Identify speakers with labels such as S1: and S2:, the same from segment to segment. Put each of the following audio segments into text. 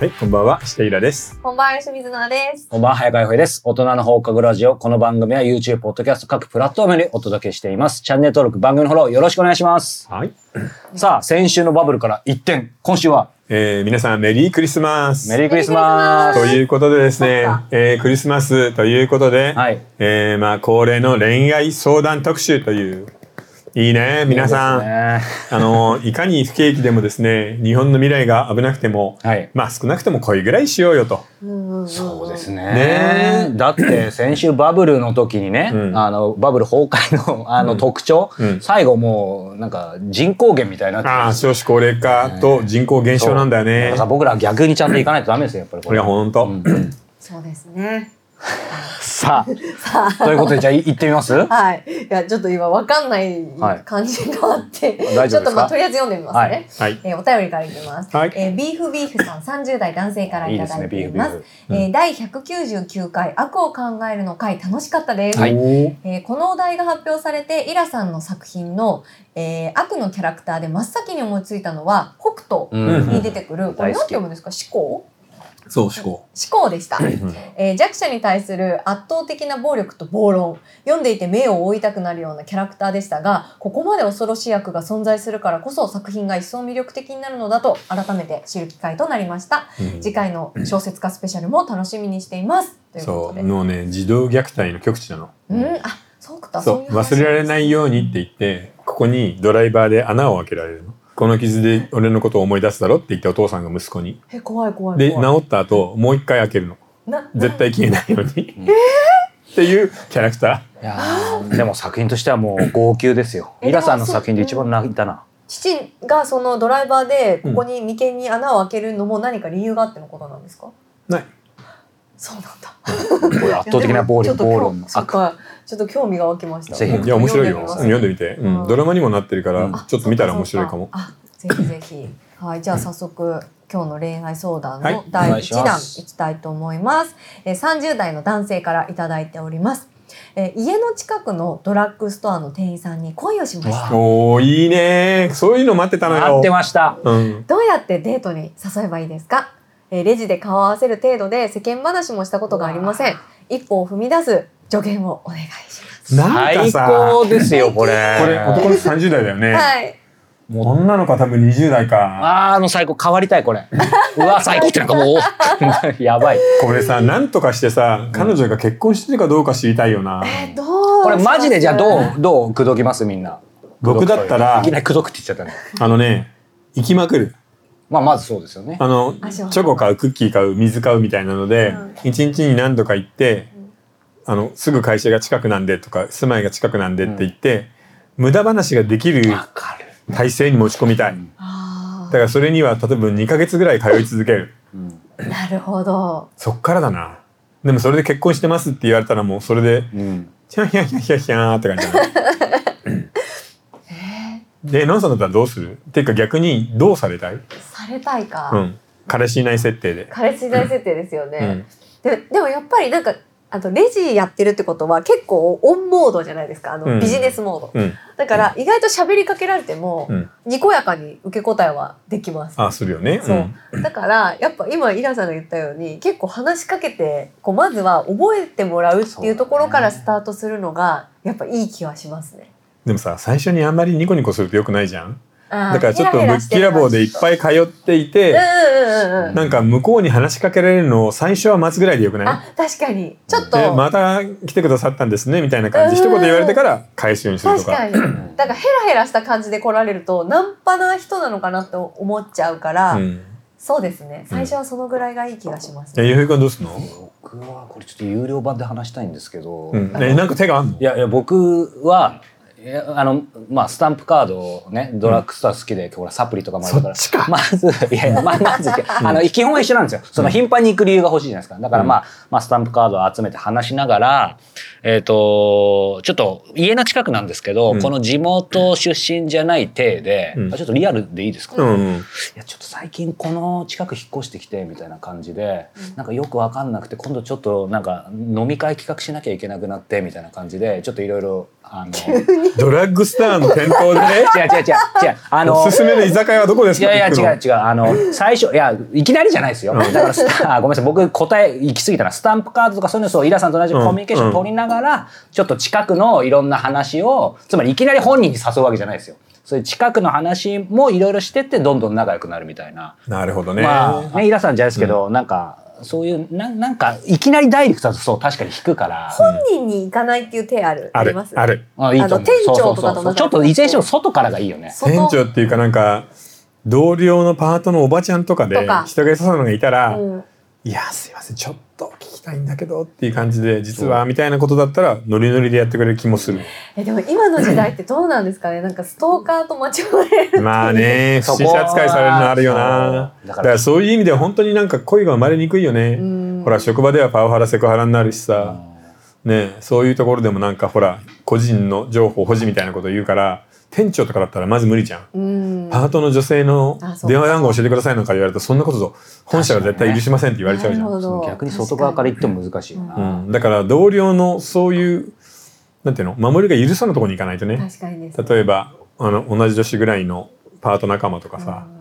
S1: はい、こんばんは、下平です。
S2: こんばんは、吉水菜です。
S3: こんばんは、早川洋平です。大人の放課後ラジオ。この番組は YouTube、Podcast、各プラットフォームにお届けしています。チャンネル登録、番組のフォローよろしくお願いします。
S1: はい、
S3: さあ、先週のバブルから一転、今週は
S1: えー、皆さんメリークリスマス。
S3: メリークリスマ
S1: と
S3: ス。
S1: いうことでですね
S2: そっか、
S1: えークリスマスということで、
S3: はい
S1: えーまあ恒例の恋愛相談特集という。いいね、皆さん、
S3: ん。
S1: あのいかに不景気でもですね、日本の未来が危なくても、
S3: はい
S1: まあ少なくとも恋ぐらいしようよと。
S3: そうですね。
S1: ねえ
S3: だって先週バブルの時にね、
S1: うん
S3: あのバブル崩壊のあの特徴、
S1: うん
S3: 最後もうなんか人口減みたいになって
S1: ああ、少子高齢化と人口減少なんだよ
S3: だ
S1: ね
S3: から。さ僕ら逆にちゃんと行かないとダメですよやっぱりこ
S1: これ
S3: れ
S1: は本当。
S2: そうですね。
S3: さあということでじゃあい行ってみますは
S2: はい。いや、ちょっと今わかんない
S3: はい
S2: 感じがあって、
S3: 大
S2: ち
S3: 丈
S2: ょ
S3: 夫ですか
S2: っとまあとりあえず読んでみますね。
S3: はい
S1: はい。
S2: えーお便りからいきます。
S1: はい
S2: えービーフビーフさん、30代男性からいただいています。
S3: いいですねビーフ
S2: えー第199回悪を考えるの回楽しかったです。
S3: はい
S1: おー
S2: えーこのお題が発表されてイラさんの作品の、えー悪のキャラクターで真っ先に思いついたのは北斗
S3: うん
S2: に出てくる、これ
S3: 大
S2: 何
S3: 好
S2: て
S3: き
S2: 読むんですか思考
S1: そう、思考。
S2: 思考でした、えー弱者に対する圧倒的な暴力と暴論読んでいて目を覆いたくなるようなキャラクターでしたがここまで恐ろしい悪が存在するからこそ作品が一層魅力的になるのだと改めて知る機会となりました
S1: うん
S2: 次回の小説家スペシャルも楽しみにしていますというこ
S1: そう
S2: とで
S1: もうね児童虐待の極地なの
S2: うんあそうか
S1: そう
S2: いう話
S1: 忘れられないようにって言ってここにドライバーで穴を開けられるのこの傷で俺のことを思い出すだろって言ったお父さんが息子に
S2: え怖い怖い怖い
S1: で治った後もう一回開けるの
S2: な
S1: 絶対消えないように、 っていうキャラクタ
S3: いやーでも作品としてはもう号泣ですよ
S2: え
S3: イラさんの作品で一番泣いたな
S2: 父がそのドライバーでここに眉間に穴を開けるのも何か理由があってのことなんですか、
S1: ーない
S2: そうなんだ
S3: これ圧倒的な暴力
S2: いやで
S3: 暴
S2: も
S3: 論の
S2: ちょっと今日そっ
S3: 悪
S2: かちょっと興味が湧きました
S3: ぜひ
S1: いや面白いよ
S2: 読んでみます
S1: 読んでみて、うん
S2: うん
S1: ドラマにもなってるから、
S3: うん
S1: ちょっと見たら面白いかも
S2: あぜひぜひはいじゃあ早速今日の恋愛相談
S1: はい
S2: の第
S3: お願いし
S2: 1
S3: ま
S2: 弾
S3: す
S2: いきたいと思います、えー30代の男性からいただいております、えー家の近くのドラッグストアの店員さんに恋をしまし
S3: わあ
S2: た
S1: おーいいねそういうの待ってたのよ
S3: 合ってました
S1: うん、
S2: どうやってデートに誘えばいいですか、えーレジで顔を合わせる程度で世間話もしたことがありません一歩を踏み出す助言をお願いします
S1: なんか
S3: 最
S1: さ
S3: 高ですよこれ
S1: これ男の人30代だよね、
S2: はい
S1: もう女の子は多分20代か
S3: あーもう最高変わりたいこれ うわ最高ってなんかもう やばい
S1: これさなんとかしてさ彼女が結婚してるかどうか知りたいよな、
S2: えーどう
S3: これマジでじゃあ
S2: し
S3: ど
S2: ます
S3: うどう口説きますみんな
S1: 僕だったら
S3: いきなり口説くって言っちゃったね
S1: あのね行きまくる
S3: まあまずそうですよね
S1: あの
S2: あ
S1: チ
S2: そう
S1: ョコ買うクッキー買う水買うみたいなので、一日に何度か行って、あのすぐ会社が近くなんでとか住まいが近くなんでって言って、無駄話ができる
S3: わかる
S1: 体制に持ち込みたい、
S2: あ
S1: だからそれには例えば2ヶ月ぐらい通い続ける
S2: ーなるほど
S1: そっからだなでもそれで結婚してますって言われたらもうそれで
S3: うん
S1: ヒャンヒャンヒャンヒャンヒャンって感じだね でノンさんだったらどうするっていうか逆にどうされたい、
S2: されたいか、
S1: うん、彼氏いない設定で、
S2: 彼氏大設定ですよ
S1: う
S2: ね
S1: ん、、
S2: ででもやっぱりなんかあとレジやってるってことは結構オンモードじゃないですかあの、
S1: うん
S2: ビジネスモード、
S1: うん、
S2: だから意外と喋りかけられても、
S1: うん
S2: にこやかに受け答えはできます
S1: ああするよね。、
S2: そうんだからやっぱ今イラさんが言ったように結構話しかけてこうまずは覚えてもらうっていうところからスタートするのがやっぱいい気はしますね。
S1: でもさ最初にあんまりニコニコするとよくないじゃん。
S2: だ
S1: だからちょっとぶっきらぼうでいっぱい通ってい
S2: うん
S1: て、
S2: うんうんうん。
S1: なんか向こうに話しかけられるのを最初は待つぐらいでよくない
S2: あ確かにちょっと、
S1: でまた来てくださったんですねみたいな感じ一言言われてから返すようにすると
S2: 確
S1: か
S2: かにだからヘラヘラした感じで来られるとナンパな人なのかなって思っちゃうから、
S1: うん、
S2: そうですね最初はそのぐらいがいい気がします、
S1: え
S2: ね
S1: ゆうくんどうすんの、
S3: 僕はこれちょっと有料版で話したいんですけど、
S1: うん、えなんか手があんの
S3: いやいや僕はいやあのまあスタンプカードをねドラッグストア好きで、ほらサプリとかもあるから
S1: そっちか
S3: まずいやいやまあまず、あの基本は一緒なんですよその頻繁に行く理由が欲しいじゃないですかだからまあ、まあ、スタンプカードを集めて話しながらえっ、と、ちょっと家の近くなんですけど、
S1: うん
S3: この地元出身じゃない体で、
S1: うん
S3: あちょっとリアルでいいですか、
S1: う
S3: い
S1: んうん
S3: や、ちょっと最近この近く引っ越してきて、みたいな感じで、なんかよくわかんなくて、今度ちょっとなんか飲み会企画しなきゃいけなくなって、みたいな感じで、ちょっといろいろ、あの、違う違う
S1: ドラッグスターの店頭でね
S3: 違う違う、あの、
S1: おすすめの居酒屋はどこです
S3: い
S1: か
S3: やい
S1: って聞
S3: や違
S1: く
S3: う違う。あの、最初、いや、いきなりじゃないですよ。だからスタ、あごめんなさい。僕、答え行き過ぎたな。スタンプカードとかそういうのそう、イラさんと同じコミュニケーション取りながら、ちょっと近くのいろんな話を、つまりいきなり本人に誘うわけじゃないですよ。そういう近くの話もいろいろしてって、どんどん仲良くなるみたいな。
S1: のなるほどね、
S3: まあ、ね、イラさんじゃないですけど、なんか、そういう、なんなんか、いきなりダイレクトだとそう、確かに引くから。
S2: 本人に行かないっていう手ある。
S1: あ
S2: り
S1: る
S2: ます
S1: あ。る
S3: あいいと思
S2: あの
S3: う
S2: 店長とかと
S3: そうそうそうそ
S2: 仲
S3: う
S2: 良く
S3: ちょっと、いずれにしても外からがいいよね。
S2: そ
S1: 店
S2: の
S1: 長っていうかなんか同僚のパートのおばちゃんとかで
S2: とか
S1: 人が優しそうなのがいたら「
S2: うん
S1: いやすいませんちょっと聞きたいんだけど」っていう感じで実はみたいなことだったらノリノリでやってくれる気もする
S2: えでも今の時代ってどうなんですかねなんかストーカーと間違 える
S1: まあね不
S3: そこ
S1: 審者扱いされるのあるよな
S3: そうだ
S1: だ
S3: か
S1: かららそういう意味では本当になんか恋が生まれにくいよね
S2: ん
S1: ほら職場ではパワハラセクハラになるしさねそういうところでもなんかほら個人の情報保持みたいなこと言うから店長とかだったらまず無理じゃん
S2: うん
S1: パートの女性の
S2: あそう
S1: 電話番号教えてくださいなんか言われるとそんなことぞ本社が絶対許しませんって言われちゃうじゃ
S2: なるほ
S1: ん、
S2: ど
S3: 逆に外側から行っても難しいよな。
S1: うん、だから同僚のそういうなんていうの守りが許さぬところに行かないとね
S2: 確かにです、
S1: 例えばあの同じ女子ぐらいのパート仲間とかさ、
S2: うん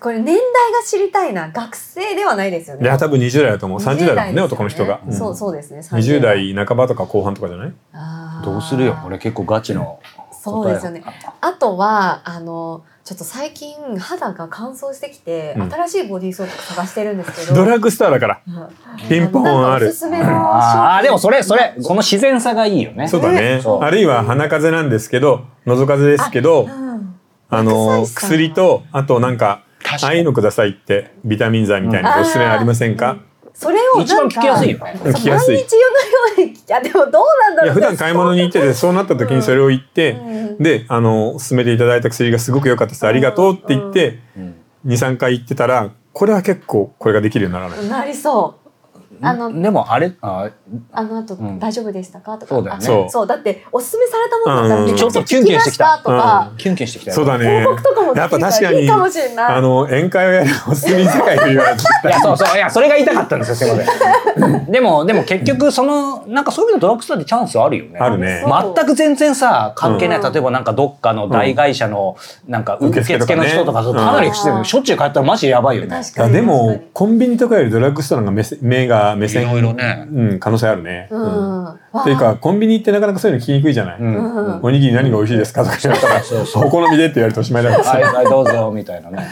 S2: これ年代が知りたいな学生ではないですよ
S1: い
S2: ね
S1: や多分20代だと思う30代だもんね
S2: ですよ
S1: 男の人が、うん
S2: そうそうですね
S1: 20代半ばとか後半とかじゃない
S2: あー
S3: どうするよ俺結構ガチの
S2: そうですよねあとはあのちょっと最近肌が乾燥してきて、
S1: うん
S2: 新しいボディーソープ探してるんですけど
S1: ドラッグスターだから
S2: うん
S1: ピンポンあ
S2: なんかお
S1: る
S2: すすめの商品
S3: ああーでもそれそれこの自然さがいいよね
S1: そうだね
S3: そう
S1: あるいは鼻風邪なんですけど喉風邪ですけど
S2: うん
S1: あの
S2: 薬剤師さん
S1: 薬とあとなんか
S3: 確
S1: あ
S3: か
S1: あいう
S3: に
S1: のくださいってビタミン剤みたいなの
S2: うん
S1: おすすめありませんか、
S2: それを
S3: 一
S2: な
S3: 番
S2: ん
S3: 聞
S2: か
S3: きやすいよね
S1: 聞きやすい
S2: 毎日言うのようにいやでもどうなんだろう
S1: いや普段買い物に行っててそうなった時にそれを言って、
S2: うん
S1: であの勧めていただいた薬がすごく良かったですありがとうって言って
S3: うん
S1: 23回行ってたらこれは結構これができるようにならない。
S2: なりそうあの
S3: でもあれあ
S2: あの後、
S3: うん
S2: 大丈夫でしたかとか
S3: そうだよね
S2: あ
S1: そう
S2: だっておすすめされたものだったら
S1: うん
S2: めちゃくちゃ聞き出したとか、
S3: キュンキュンしてきたよ
S1: そうだね
S2: 報告とかもできるから
S1: やっぱ確かに
S2: いいかもしれない
S1: あの宴会をやるおすすめ世界と言われて
S3: いやそうそういやそれが言いたかったんですよすい ませんでもでも結局そのなんかそういう意味でドラッグストアってチャンスあるよね
S1: あるね
S2: そう
S3: 全く全然さ関係
S2: う
S3: ない、
S2: ん
S3: 例えばなんかどっかの大会社のなんか受付の人とか
S1: 受付とかね
S3: かなりしてるしょっちゅう帰ったらマジやばいよね
S2: 確
S1: いや
S2: かに
S1: で
S2: 確か
S1: も
S2: に
S1: コンビニとかよりドラッグストアの方が目せ目が目線
S3: いろいろね
S1: うん、可能性あるね。
S2: うん
S1: うん
S2: わ
S1: っ
S2: あ
S1: ていうかコンビニってなかなかそういうの聞きにくいじゃない、
S3: うん
S2: うん
S1: おにぎり何が美味しいですかとか言われたら
S3: そうそう
S1: お好みでって言われておしまいだからさ
S3: はいはいどうぞみたいなね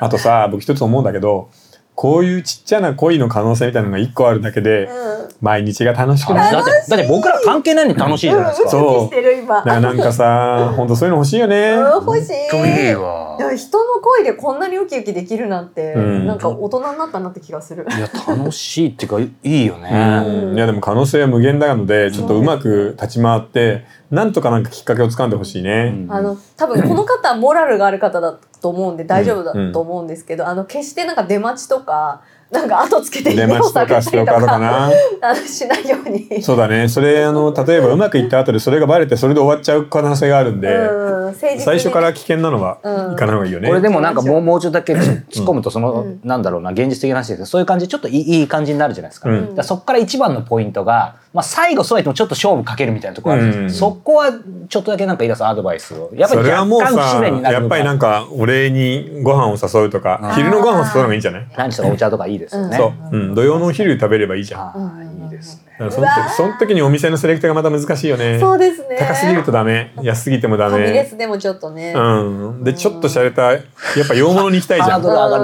S1: あとさ僕一つ思うんだけどこういうちっちゃな恋の可能性みたいなのが一個あるだけで
S2: うん
S1: 毎日が楽しくなる。
S3: だってだって僕ら関係ないのに楽しいじゃないですか
S1: そう
S2: ウキウキしてる今
S1: だからなんかさ本当そういうの欲しいよね。
S2: うん欲しい
S3: わ
S2: いや人の声でこんなにウキウキできるなんて、
S1: うん
S2: なんか大人になったなって気がする
S3: いや楽しいっていうかいいよね。
S1: うんいやでも可能性は無限だのでちょっとうまく立ち回ってなんとかなんかきっかけをつかんでほしいね。
S2: あの多分この方はモラルがある方だと思うんで大丈夫だと思うんですけど、あの決してなんか出待ちとかなんか後つけて
S1: 出
S2: 家
S1: 待
S2: を
S1: ちと
S2: 探
S1: か
S2: し
S1: ス
S2: た
S1: ト
S2: り
S1: ー
S2: と
S1: カーとか
S2: か
S1: な。
S2: あのしないように。
S1: そうだね。それあの例えばうまくいった後でそれがバレてそれで終わっちゃう可能性があるんで
S2: うん、誠実に
S1: 最初から危険なのは
S2: うん
S1: いかない方がいいよね
S3: こ。れでもなんかもうもうちょっとだけ突っ込むとその、
S2: うん
S3: なんだろうな現実的な話ですけどそういう感じでちょっといいいい感じになるじゃないですか,、
S1: うん
S3: だからそこから一番のポイントが、まあ、最後そうやってもちょっと勝負かけるみたいなところあるんですよ、
S1: うん
S3: そこはちょっとだけなんかイラさんアドバイスをやっぱ
S1: そ
S3: り
S1: れはもう
S3: 若干不自
S1: さ
S3: 然になる
S1: やっ
S3: 部分
S1: ぱりなんかお礼にご飯を誘うとか
S2: ん
S1: 昼のご飯を誘うのがいいんじゃない
S3: 何しろお茶とかいいですよね。
S1: そう、うん、土曜のお昼食べればいいじゃん。
S3: あ
S2: うんうんうん
S3: あいいですね。
S1: だからその時その時にお店のセレクトがまた難しいよね
S2: そうですね
S1: 高すぎるとダメ安すぎてもダ
S2: ファミレ
S1: メ
S2: スでもちょっとね、
S1: うんでちょっと洒落たやっぱ洋物に行きたいじゃ
S3: ハードル
S1: ん
S3: 上が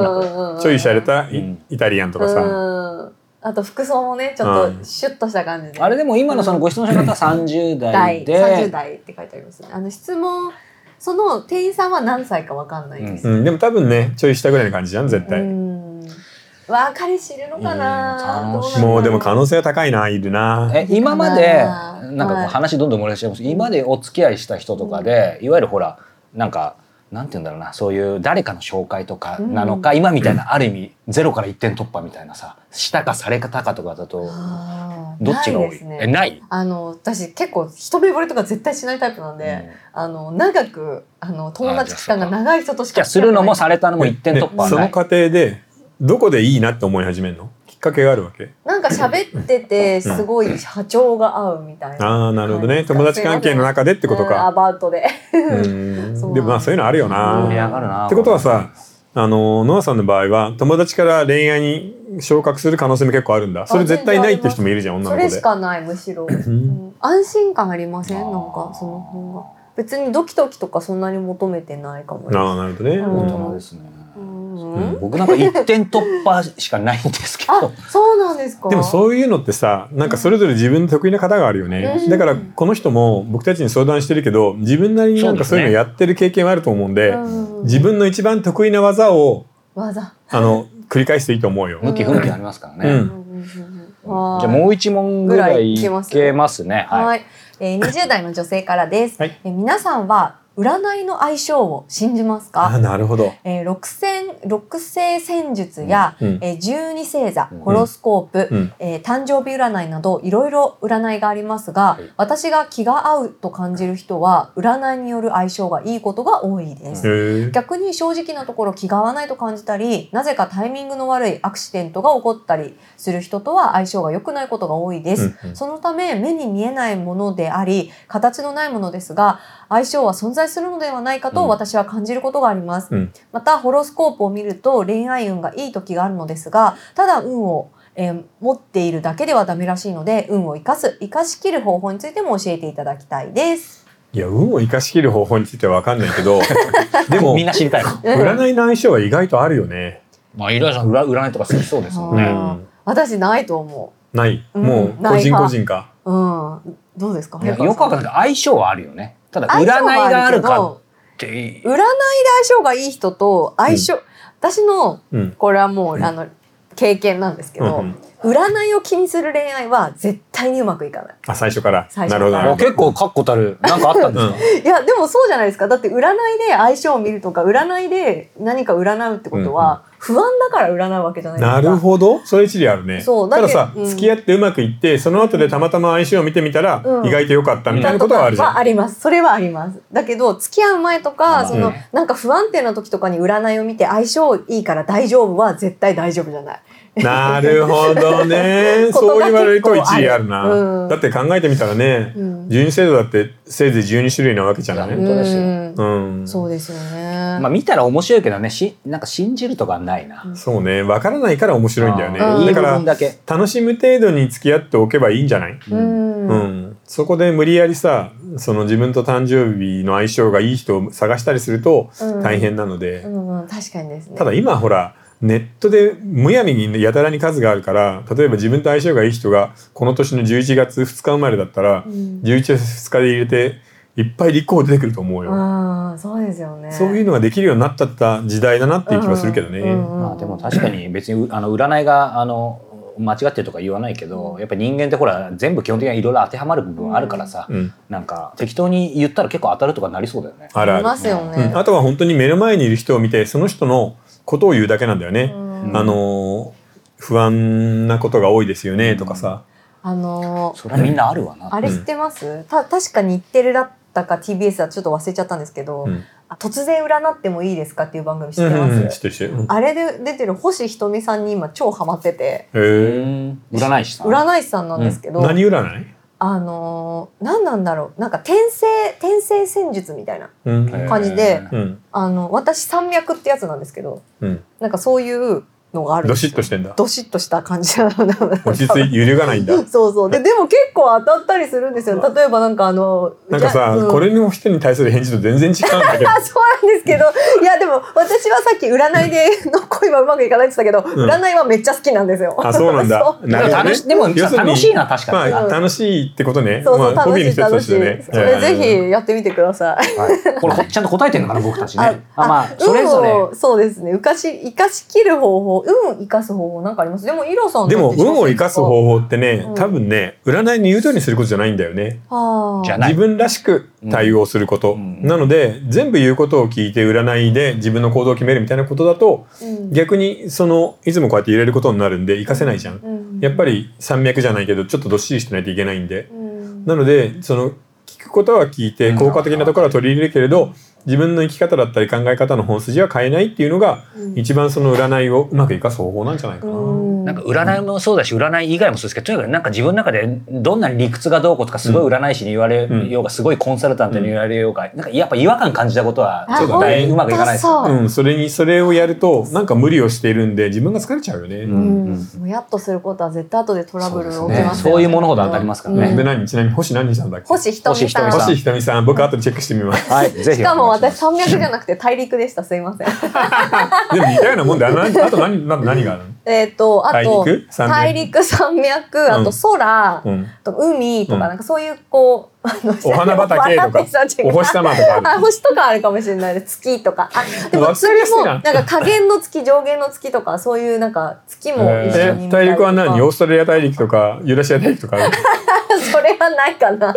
S3: るな。
S1: ちょい洒落た
S3: う
S1: イ
S3: ん
S1: イタリアンと
S2: う
S1: かさ
S2: んあと服装もねちょっ
S1: う
S2: と
S1: ん
S2: シュッとした感じで、
S3: あれでも今のそのご質問者の方は30代
S2: 代
S3: で、
S2: 30代って書いてありますねあの質問その店員さんは何歳かわかんないです、
S1: うんでも多分ねちょい下ぐらいの感じじゃん絶対
S2: うんわあ彼氏いるのかな、
S3: うん楽しい
S1: もうでも可
S2: か
S1: 能性は高いないるな
S3: え今まで
S2: あー
S3: なんか
S2: は
S3: こう
S2: い
S3: 話どんどん漏れちゃいます今までお付き合いした人とかでいわゆるほらなんかなんて言うんだろうなそういう誰かの紹介とかなのか、今みたいなある意味ゼロから一点突破みたいなさしたかされたかとかだと
S2: あ
S3: どっちが多い
S2: ないですね
S3: えない、
S2: あの私結構一目惚れとか絶対しないタイプなんで、
S3: うん
S2: あの長くあの友達期間が長い人とし
S3: じ
S2: か
S3: ゃあするのも
S2: 付き合
S3: されたのも一点突破は
S1: そ
S3: な
S1: の
S3: い。
S1: 過程でどこでいいなって思い始めるのきっかけがあるわけ
S2: ってないなんか喋っててすごい波長が合うみたいな、
S1: ああなるほどね、
S2: はい
S1: 友達関係の中でってこと
S2: うんア
S1: か、
S2: バウトで
S1: うん
S2: そう
S1: でもまあそういうのあるよな、
S3: 盛り上がるな。
S1: ってことはさあのノアさんの場合は友達から恋愛に昇格する可能性も結構あるんだそれ絶対ないって人もいるじゃん女
S2: そ
S1: の
S2: れ
S1: 子
S2: し
S1: で
S2: かない むしろ、
S1: ん
S2: うん安心感ありません
S3: あ
S2: な
S3: ー
S2: んかその方が別にドキドキとかそんなに求めてないかもです
S1: ああなるほどね、
S2: うん
S1: うん
S3: そうですね。
S2: うん
S1: うん
S3: 僕なんか一点突破しかないんですけ
S2: あ
S3: ど。
S2: そうなんですか
S1: でもそういうのってさなんかそれぞれ自分の得意な方があるよね、
S2: うん
S1: だからこの人も僕たちに相談してるけど自分なりになんかそういうのやってる経験はあると思うんで、
S2: うん
S1: 自分の一番得意な技を
S2: 技
S1: あの繰り返していいと思うよ。
S3: 向き不向きありますから
S1: う
S3: ね。
S1: ん
S3: じゃあもう一問ぐらい
S2: ぐらいい
S3: い
S2: けます
S3: けますね。
S2: はい、
S3: はい。
S2: えー、20代の女性からです、
S1: はい
S2: えー皆さんは占いの相性を信じます
S1: あ
S2: か、
S1: なるほど。
S2: えー、六戦六星占術や、
S1: うん
S2: えー、十二星座
S3: うん
S2: ホロスコープ、
S1: うん
S2: えー誕生日占いなどいろいろ占いがありますが、
S3: はい
S2: 私が気が合うと感じる人は占いによる相性がいいことが多いです、
S1: へえ
S2: 逆に正直なところ気が合わないと感じたりなぜかタイミングの悪いアクシデントが起こったりする人とは相性が良くないことが多いです、
S1: うんうん
S2: そのため目に見えないものであり形のないものですが相性は存在するのではないか
S3: う
S2: と
S3: ん
S2: 私は感じることがあります、
S1: うん
S2: またホロスコープを見ると恋愛運がいい時があるのですがただ運を、えー持っているだけではダメらしいので運を生かす生かしきる方法についても教えていただきたいです。
S1: いや運を生かしきる方法については分かんないけ どでも
S3: みんな知りたい。
S1: 占いの相性は意外とあるよね。
S3: まあ、イラさん、占占いとか好きそうですもん
S2: う
S1: う
S3: ね。
S1: ん、
S2: 私ないと思
S1: ない、
S2: うん
S1: もう個
S2: ない
S1: 人
S2: 派
S1: 個人か。
S2: う。うん、どうですか。
S3: いや
S2: 早川
S3: よく
S2: さん
S3: わかんないけど相性はあるよね。ただ、
S2: 相
S3: 占い
S2: 性は
S3: がある
S2: けど
S3: かって、
S2: 占いで相性がいい人と相性、私の
S1: うん。
S2: これはもう、
S1: うん
S2: あの経験なんですけど、
S1: うんうん
S2: 占いを気にする恋愛は絶対にうまくいかない。
S1: あ最初から。
S2: 最初
S1: な
S2: か
S1: る
S2: ら
S1: ほどなる
S3: あ
S1: ほど。
S3: 結構確固たる、なんかあったんですか
S2: いやでもそうじゃないですかだって占いで相性を見るとか占いで何か占うってことは不安だから占うわけじゃないです
S1: な
S2: か。
S1: るほどそれ一理あるね
S2: そうだ
S1: た
S2: け
S1: ださ、
S2: うん
S1: 付き合ってうまくいってその後でたまたま相性を見てみたら、
S2: うん
S1: 意外と良かったみたいなことはあるじゃん、
S2: まああります。それはあります。だけど、付き合う前とか、
S3: まあ
S2: その
S3: ね、
S2: なんか不安定な時とかに占いを見て、相性いいから大丈夫は絶対大丈夫じゃない。
S1: なるほどね
S2: ことが
S1: そう言われると
S2: 結構あ
S1: 一
S2: る
S1: 理あるな、
S2: うん
S1: だって考えてみたらね、
S2: うん
S1: 12制度だってせいぜい12種類なわけじゃない、
S3: 本当ですよ
S2: うん
S1: うん
S2: そうですよね。
S3: まあ、見たら面白いけどね、し、なんか信じるとかはないな。
S1: そうね分からないから面白いんだよね
S2: あー
S3: い
S1: だ
S3: い部
S1: か
S3: 分
S1: ら
S3: だけ。
S1: 楽しむ程度に付き合っておけばいいんじゃない、
S2: う
S1: うん
S2: ん。
S1: そこで無理やりさその自分と誕生日の相性がいい人を探したりすると
S2: うん
S1: 大変なので、
S2: うんうん、確かにですね。
S1: ただ今ほらネットでむやみにやたらに数があるから例えば自分と相性がいい人がこの年の11月2日生まれだったら、
S2: ん
S1: 11月2日で入れていっぱい立候補出てくると思うよ、
S2: ああ、そうですよね。
S1: そういう
S2: う
S1: のができるようになったった時代だなっていう気はするけどね、
S2: んうん
S3: まあ、でも、確かに、別に、うあの、占いが、あの。間違ってるとか言わないけど、やっぱ人間ってほら全部基本的にはいろいろ当てはまる部分あるからさ、
S1: うん
S3: なんか適当に言ったら結構当たるとかなりそうだよね。
S1: あるあ
S2: い
S1: る
S2: ますよ
S1: うん、
S2: ね。
S1: あとは本当に目の前にいる人を見てその人のことを言うだけなんだよね、
S2: うん
S1: あのー不安なことが多いですよねとかさ、
S2: あのー
S3: それはみんなあるわな。
S2: あれ知ってます、た確か日テレだったか TBS だったかちょっと忘れちゃったんですけど、
S1: うん
S2: あ突然占ってもいいですかっていう番組知ってます、
S1: うんうん知ってる知ってるうん
S2: あれで出てる星ひとみさんに今超ハマってて
S1: へ
S3: う
S1: ー
S3: ーん占い師さん。
S2: 占い師さんなんですけど、
S1: 何占い、
S2: あのー何なんだろうなんか転生転生戦術みたいな
S1: うん
S3: へー
S2: 感じで
S1: うん
S2: あの私山脈ってやつなんですけど
S1: うん、
S2: なんかそういうのがあるん
S1: ど
S2: です
S1: し
S2: よ
S1: っとしてんだ
S2: どしっとした感じなの
S1: 落ち着 い揺るがないんだ
S2: そうそうででも結構当たったりするんですよ例えばなんかあの
S1: なんかさ、
S2: じゃうん
S1: これの人に対する返事と全然違うんだけど
S2: あ そうなんですけどいやでも私はさっき占いでの恋はうまくいかないって言ったけど、
S1: うん
S2: 占いはめっちゃ好きなんですよ。
S1: あそうなんだ
S2: そう
S3: で
S1: な
S3: も
S1: るほど
S3: 楽
S1: ね
S3: しでも
S1: 要するに
S3: 楽しいな確かに。
S1: まあ
S2: うん
S1: 楽しいってことね
S2: そうそう
S1: まあ語
S2: 楽
S1: 尾の
S2: し
S1: 一
S2: い
S1: つと
S2: 楽
S1: し
S2: してい、
S1: ね
S2: それぜ
S1: うん
S2: ひやってみてください。
S3: はいこれちゃんと答えてるのかな僕たちね。あまあ
S2: 運
S3: それぞれ
S2: をそうですね。生かし生かしきる方法、運を生かす方法なんかあります。でもイロさん
S1: でも運を生かす方
S2: 法
S1: 法ってね、
S2: うん
S1: 多分ね占いに言う通りにすることじゃないんだよね
S2: はあ
S3: じゃない
S1: 自分らしく対応すること、
S3: うん
S1: なので全部言うことを聞いて占いで自分の行動を決めるみたいなことだと
S2: うん
S1: 逆にそのいつもこうやって入れることになるんで活かせないじゃん、
S2: うん
S1: やっぱり山脈じゃないけどちょっとどっしりしてないといけないんで、
S2: うん
S1: なのでその聞くことは聞いて
S3: うん
S1: 効果的なところは取り入れるけれど自分の生き方だったり考え方の本筋は変えないっていうのが
S2: うん
S1: 一番その占いをうまく生かす方法なんじゃないかな。
S3: なんか占いもそうだし占い以外もそうですけどとにかくなんか自分の中でどんなに理屈がどうこうとかすごい占い師に言われ
S1: うん
S3: ようがすごいコンサルタントに言われようがなんかやっぱ違和感感じたことは
S2: あ
S3: 絶対うまくいかないですよ
S2: 本当そう
S1: うん、それにそれをやるとなんか無理をしているんで自分が疲れちゃうよね。
S3: うん
S2: うん、もやっとすることは絶対後でトラブル起きますよ
S3: そうですねそういうものほど当たりますからね
S1: で
S2: うん
S1: 何ちなみに星何さんだっけ
S2: 星ひとみさん。
S3: 星ひとみさ
S1: 星ひとみさん僕後でチェックしてみ ます。
S3: はいぜひ
S2: しかも
S3: お願いしま
S2: 私
S3: す
S2: 山脈じゃなくて大陸でした。すいません。
S1: でも似たようなもんであのあと何な何があるの
S2: えっとあと
S1: 大陸山脈
S2: 大陸山脈あと空、
S1: うん、
S2: あと海とか
S1: うん
S2: なんかそういうこうあの
S1: お花畑とか
S2: お花 畑じゃ違う
S1: お星様とかある
S2: あ星とかあるかもしれないです月とかあでも
S1: わ
S2: 月
S1: かりやすい
S2: も
S1: な
S2: なんか下限の月上限の月とかそういうなんか月も一緒に
S1: え
S2: 見た
S1: 大
S2: りと
S1: 陸
S2: か
S1: は何オーストラリア大陸とかユーラシア大陸とかある
S2: それはないかな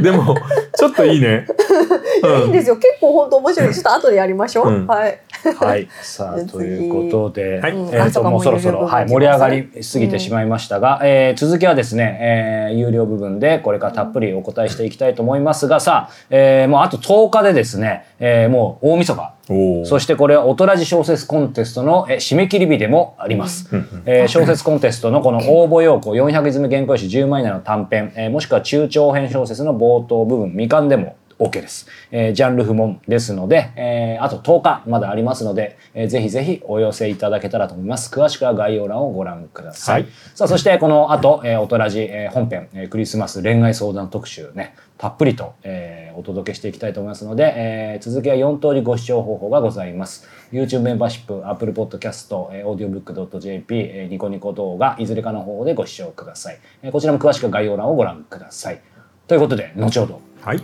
S1: でもちょっといいね、
S2: いいんですよ。結構本当面白い。ちょっと後でやりましょう。
S1: うん
S2: はい。
S3: はい、さあ
S2: 次
S3: ということで、
S1: はい
S3: え
S2: うんあ
S3: ー、
S2: そ
S3: と
S2: こも
S3: もうそろそ
S2: 有料
S3: ろ、
S2: 部分
S3: はい、
S2: いきま
S3: 盛
S2: す
S3: り上がりすぎてしまいましたが、えー続きはですね、えー有料部分でこれからたっぷりお答えしていきたいと思いますがさあ、えーもうあと10日でですね、えーもう大晦日
S1: おー
S3: そしてこれは大人じ小説コンテストのえー締め切り日でもあります。えー小説コンテストのこの応募要項400字詰め原稿用紙10枚以内の短編、えーもしくは中長編小説の冒頭部分未完でも OK です、えージャンル不問ですので、えーあと10日まだありますので、えーぜひぜひお寄せいただけたらと思います詳しくは概要欄をご覧ください、
S1: はい
S3: さあそしてこの後、えー、大人じ、えー本編、えークリスマス恋愛相談特集ねたっぷりと、えーお届けしていきたいと思いますので、えー続きは4通りご視聴方法がございます YouTube メンバーシップ Apple Podcast、えー、audiobook.jp、えーニコニコ動画いずれかの方法でご視聴ください、えーこちらも詳しくは概要欄をご覧くださいということで後ほど
S1: はい